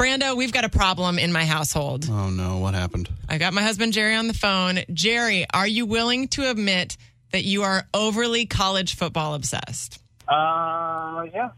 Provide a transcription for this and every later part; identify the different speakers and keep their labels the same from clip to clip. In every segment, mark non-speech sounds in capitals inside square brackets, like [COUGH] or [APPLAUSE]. Speaker 1: Linda, we've got a problem in my household.
Speaker 2: Oh no, what happened?
Speaker 1: I got my husband Jerry on the phone. Jerry, are you willing to admit that you are overly college football obsessed?
Speaker 3: Uh, yeah,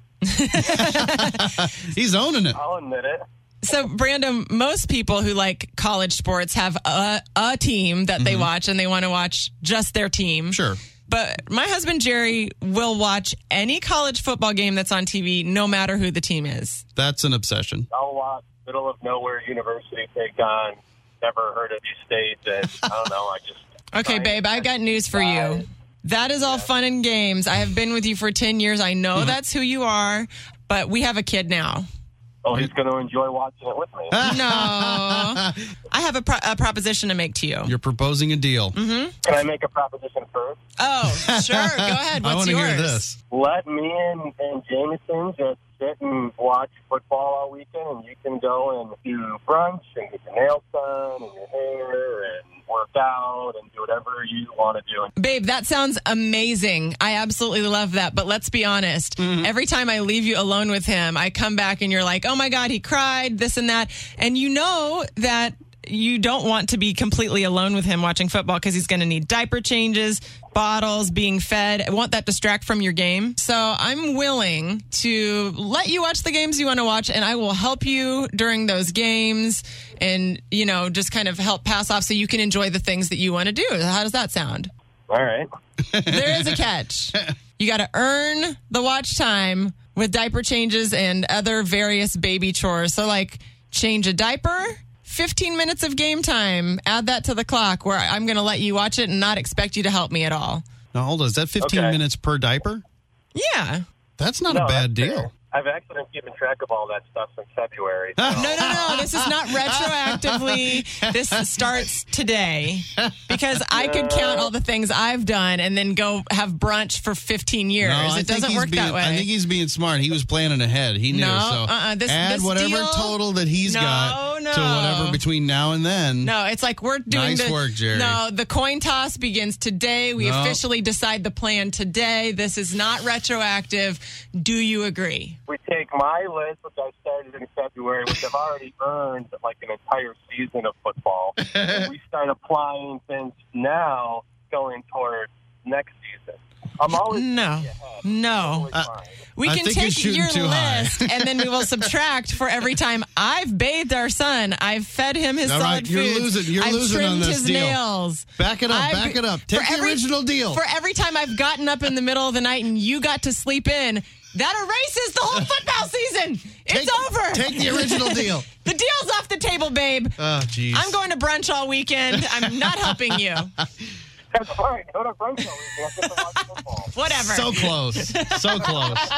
Speaker 2: He's owning it.
Speaker 3: I'll admit it.
Speaker 1: So, Brandon, most people who like college sports have a, a team that they watch and they want to watch just their team.
Speaker 2: Sure.
Speaker 1: But my husband Jerry will watch any college football game that's on TV, no matter who the team is.
Speaker 2: That's an obsession.
Speaker 3: I'll watch middle of nowhere university take on never heard of these states, and I don't know. I just
Speaker 1: Okay,
Speaker 3: Fine.
Speaker 1: babe, I've got news for you.
Speaker 3: Fine.
Speaker 1: That is all fun and games. I have been with you for 10 years. I
Speaker 2: Mm-hmm.
Speaker 1: know that's who you are, but we have a kid now.
Speaker 3: oh, he's going to enjoy watching it with me.
Speaker 2: [LAUGHS]
Speaker 1: No. I have a, pro- a proposition to make to you.
Speaker 2: You're proposing a deal.
Speaker 1: Mm-hmm.
Speaker 3: Can I make a proposition first?
Speaker 1: oh, sure. Go ahead.
Speaker 2: [LAUGHS] I
Speaker 1: What's
Speaker 2: wanna
Speaker 1: yours?
Speaker 2: hear this.
Speaker 3: Let me and, and Jameson just sit and watch football all weekend, and you can go and do brunch and get your nails done and your hair and work out and do whatever you want to do.
Speaker 1: Babe, that sounds amazing. I absolutely love that. But let's be honest. Every time I leave you alone with him, I come back and you're like, oh my God, he cried, this and that. And you know that you don't want to be completely alone with him watching football because he's going to need diaper changes, bottles, being fed. I want that distract from your game. So I'm willing to let you watch the games you want to watch and I will help you during those games and, you know, just kind of help pass off so you can enjoy the things that you want to do. How does that sound?
Speaker 3: All right.
Speaker 1: There is a catch. You got to earn the watch time with diaper changes and other various baby chores. So, like, change a diaper, 15 minutes of game time, add that to the clock where I'm going to let you watch it and not expect you to help me at all.
Speaker 2: Now hold on, is that 15
Speaker 3: Okay.
Speaker 2: minutes per diaper?
Speaker 1: Yeah.
Speaker 2: That's not
Speaker 3: No,
Speaker 2: a bad
Speaker 3: that's
Speaker 2: deal.
Speaker 3: fair. I've actually been keeping track of all that stuff since February.
Speaker 2: [LAUGHS]
Speaker 1: No, no, no. This is [LAUGHS] not retroactively. This starts today because I could count all the things I've done and then go have brunch for 15 years.
Speaker 2: No, I
Speaker 1: it
Speaker 2: think
Speaker 1: doesn't
Speaker 2: he's
Speaker 1: work
Speaker 2: being,
Speaker 1: that way.
Speaker 2: I think he's being smart. He was planning ahead. He knew.
Speaker 1: No,
Speaker 2: so
Speaker 1: uh-uh. This-
Speaker 2: add
Speaker 1: this
Speaker 2: whatever
Speaker 1: deal-
Speaker 2: total that he's
Speaker 1: No,
Speaker 2: got to
Speaker 1: no.
Speaker 2: whatever between now and then.
Speaker 1: No, it's like we're doing
Speaker 2: Nice
Speaker 1: the
Speaker 2: work, Jerry.
Speaker 1: No, the coin toss begins today. We
Speaker 2: No.
Speaker 1: officially decide the plan today. This is not retroactive. Do you agree?
Speaker 3: we take my list, which I started in February, which I've already earned like an entire season of football, and we start applying things now going toward next season. I'm always
Speaker 1: No. No.
Speaker 3: always fine. [LAUGHS]
Speaker 1: We
Speaker 2: I
Speaker 1: can
Speaker 2: think you're
Speaker 1: take
Speaker 2: shooting
Speaker 1: your
Speaker 2: too high.
Speaker 1: list and then we
Speaker 2: [LAUGHS]
Speaker 1: will subtract for every time I've bathed our son, I've fed him his
Speaker 2: All
Speaker 1: solid
Speaker 2: right, you're
Speaker 1: foods,
Speaker 2: losing- you're
Speaker 1: I've
Speaker 2: losing on
Speaker 1: trimmed
Speaker 2: this
Speaker 1: his
Speaker 2: deal.
Speaker 1: nails.
Speaker 2: Back it up.
Speaker 1: I've-
Speaker 2: back it up. Take
Speaker 1: for
Speaker 2: the
Speaker 1: every-
Speaker 2: original deal.
Speaker 1: For every time I've gotten up in the middle of the night and you got to sleep in, that erases the whole football season.
Speaker 2: Take-
Speaker 1: it's over.
Speaker 2: Take the original
Speaker 1: [LAUGHS]
Speaker 2: deal.
Speaker 1: The deal's off the table, babe.
Speaker 2: Oh, jeez.
Speaker 1: I'm going to brunch all weekend. I'm not helping you.
Speaker 3: That's fine. Go to brunch all weekend. I get to watch football.
Speaker 1: Whatever.
Speaker 2: So close. So close.